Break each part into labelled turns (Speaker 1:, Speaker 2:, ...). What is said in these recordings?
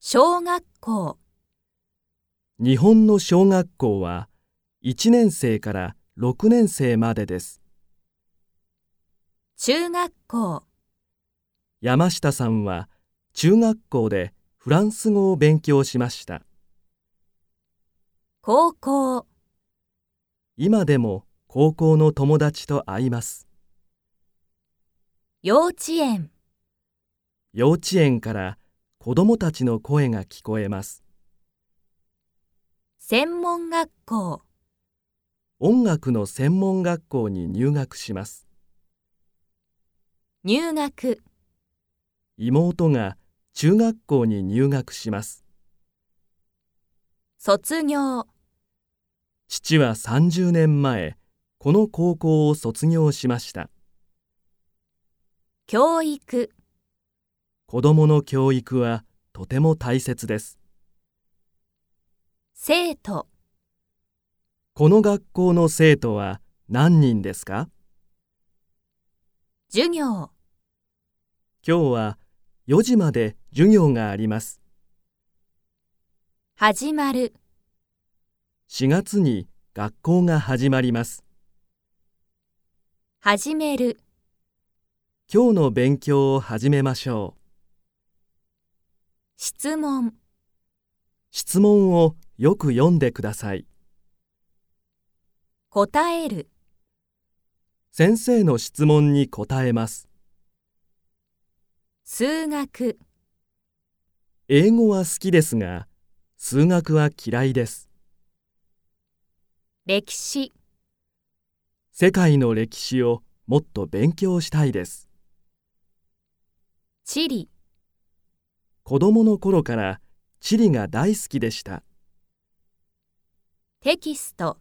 Speaker 1: 小学校、
Speaker 2: 日本の小学校は1年生から6年生までです。
Speaker 1: 中学校、
Speaker 2: 山下さんは中学校でフランス語を勉強しました。
Speaker 1: 高校、
Speaker 2: 今でも高校の友達と会います。
Speaker 1: 幼稚園、
Speaker 2: 幼稚園から子供たちの声が聞こえます。
Speaker 1: 専門学校、
Speaker 2: 音楽の専門学校に入学します。
Speaker 1: 入学、
Speaker 2: 妹が中学校に入学します。
Speaker 1: 卒業、
Speaker 2: 父は30年前、この高校を卒業しました。
Speaker 1: 教育、
Speaker 2: 子供の教育はとても大切です。
Speaker 1: 生徒、
Speaker 2: この学校の生徒は何人ですか
Speaker 1: 授業、
Speaker 2: 今日は4時まで授業があります。
Speaker 1: 始まる、
Speaker 2: 4月に学校が始まります。
Speaker 1: 始める、
Speaker 2: 今日の勉強を始めましょう。
Speaker 1: 質問、
Speaker 2: 質問をよく読んでください。
Speaker 1: 答える、
Speaker 2: 先生の質問に答えます。
Speaker 1: 数学、
Speaker 2: 英語は好きですが、数学は嫌いです。
Speaker 1: 歴史、
Speaker 2: 世界の歴史をもっと勉強したいです。
Speaker 1: 地理、
Speaker 2: 子供の頃から地理が大好きでした。
Speaker 1: テキスト、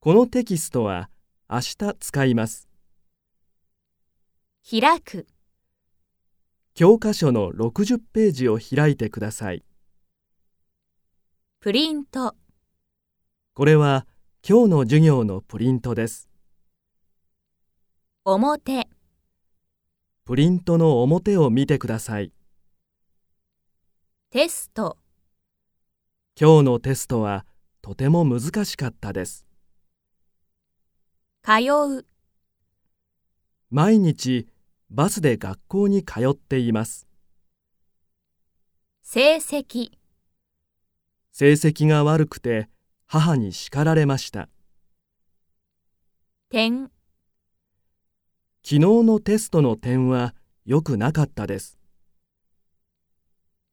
Speaker 2: このテキストは明日使います。
Speaker 1: 開く、
Speaker 2: 教科書の60ページを開いてください。
Speaker 1: プリント、
Speaker 2: これは今日の授業のプリントです。
Speaker 1: 表、
Speaker 2: プリントの表を見てください。
Speaker 1: テスト、
Speaker 2: 今日のテストはとても難しかったです。
Speaker 1: 通う、
Speaker 2: 毎日バスで学校に通っています。
Speaker 1: 成績、
Speaker 2: 成績が悪くて母に叱られました。
Speaker 1: 点、
Speaker 2: 昨日のテストの点は良くなかったです。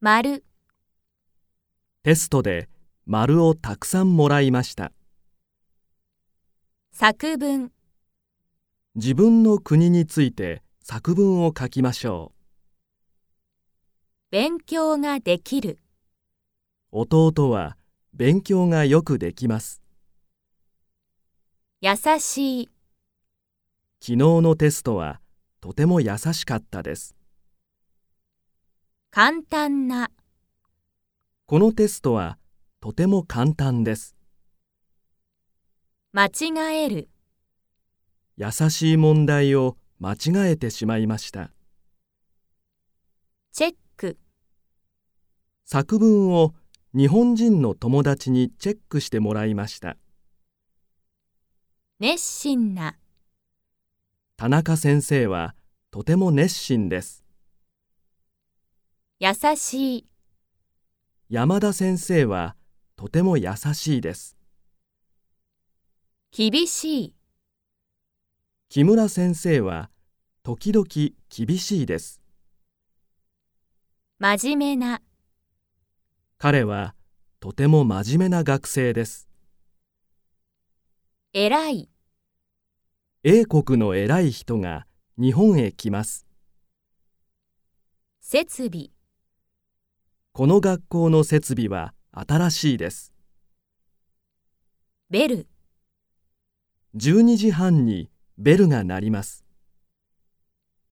Speaker 1: 丸。
Speaker 2: テストで丸をたくさんもらいました。
Speaker 1: 作文、
Speaker 2: 自分の国について作文を書きましょ
Speaker 1: 勉強ができる、
Speaker 2: う。弟は勉強がよくできます。
Speaker 1: 優しい、
Speaker 2: 昨日のテストはとても優しかったです。
Speaker 1: 簡単な、
Speaker 2: このテストはとても簡単です。
Speaker 1: 間違える、
Speaker 2: 優しい問題を間違えてしまいました。
Speaker 1: チェック、
Speaker 2: 作文を日本人の友達にチェックしてもらいました。
Speaker 1: 熱心な、
Speaker 2: 田中先生はとても熱心です。
Speaker 1: 優しい、
Speaker 2: 山田先生はとても優しいです。
Speaker 1: 厳しい、
Speaker 2: 木村先生は時々厳しいです。
Speaker 1: 真面目な、
Speaker 2: 彼はとても真面目な学生です。
Speaker 1: 偉い、
Speaker 2: 英国の偉い人が日本へ来ます。
Speaker 1: 設備、
Speaker 2: この学校の設備は新しいです。
Speaker 1: ベル。
Speaker 2: 12時半にベルが鳴ります。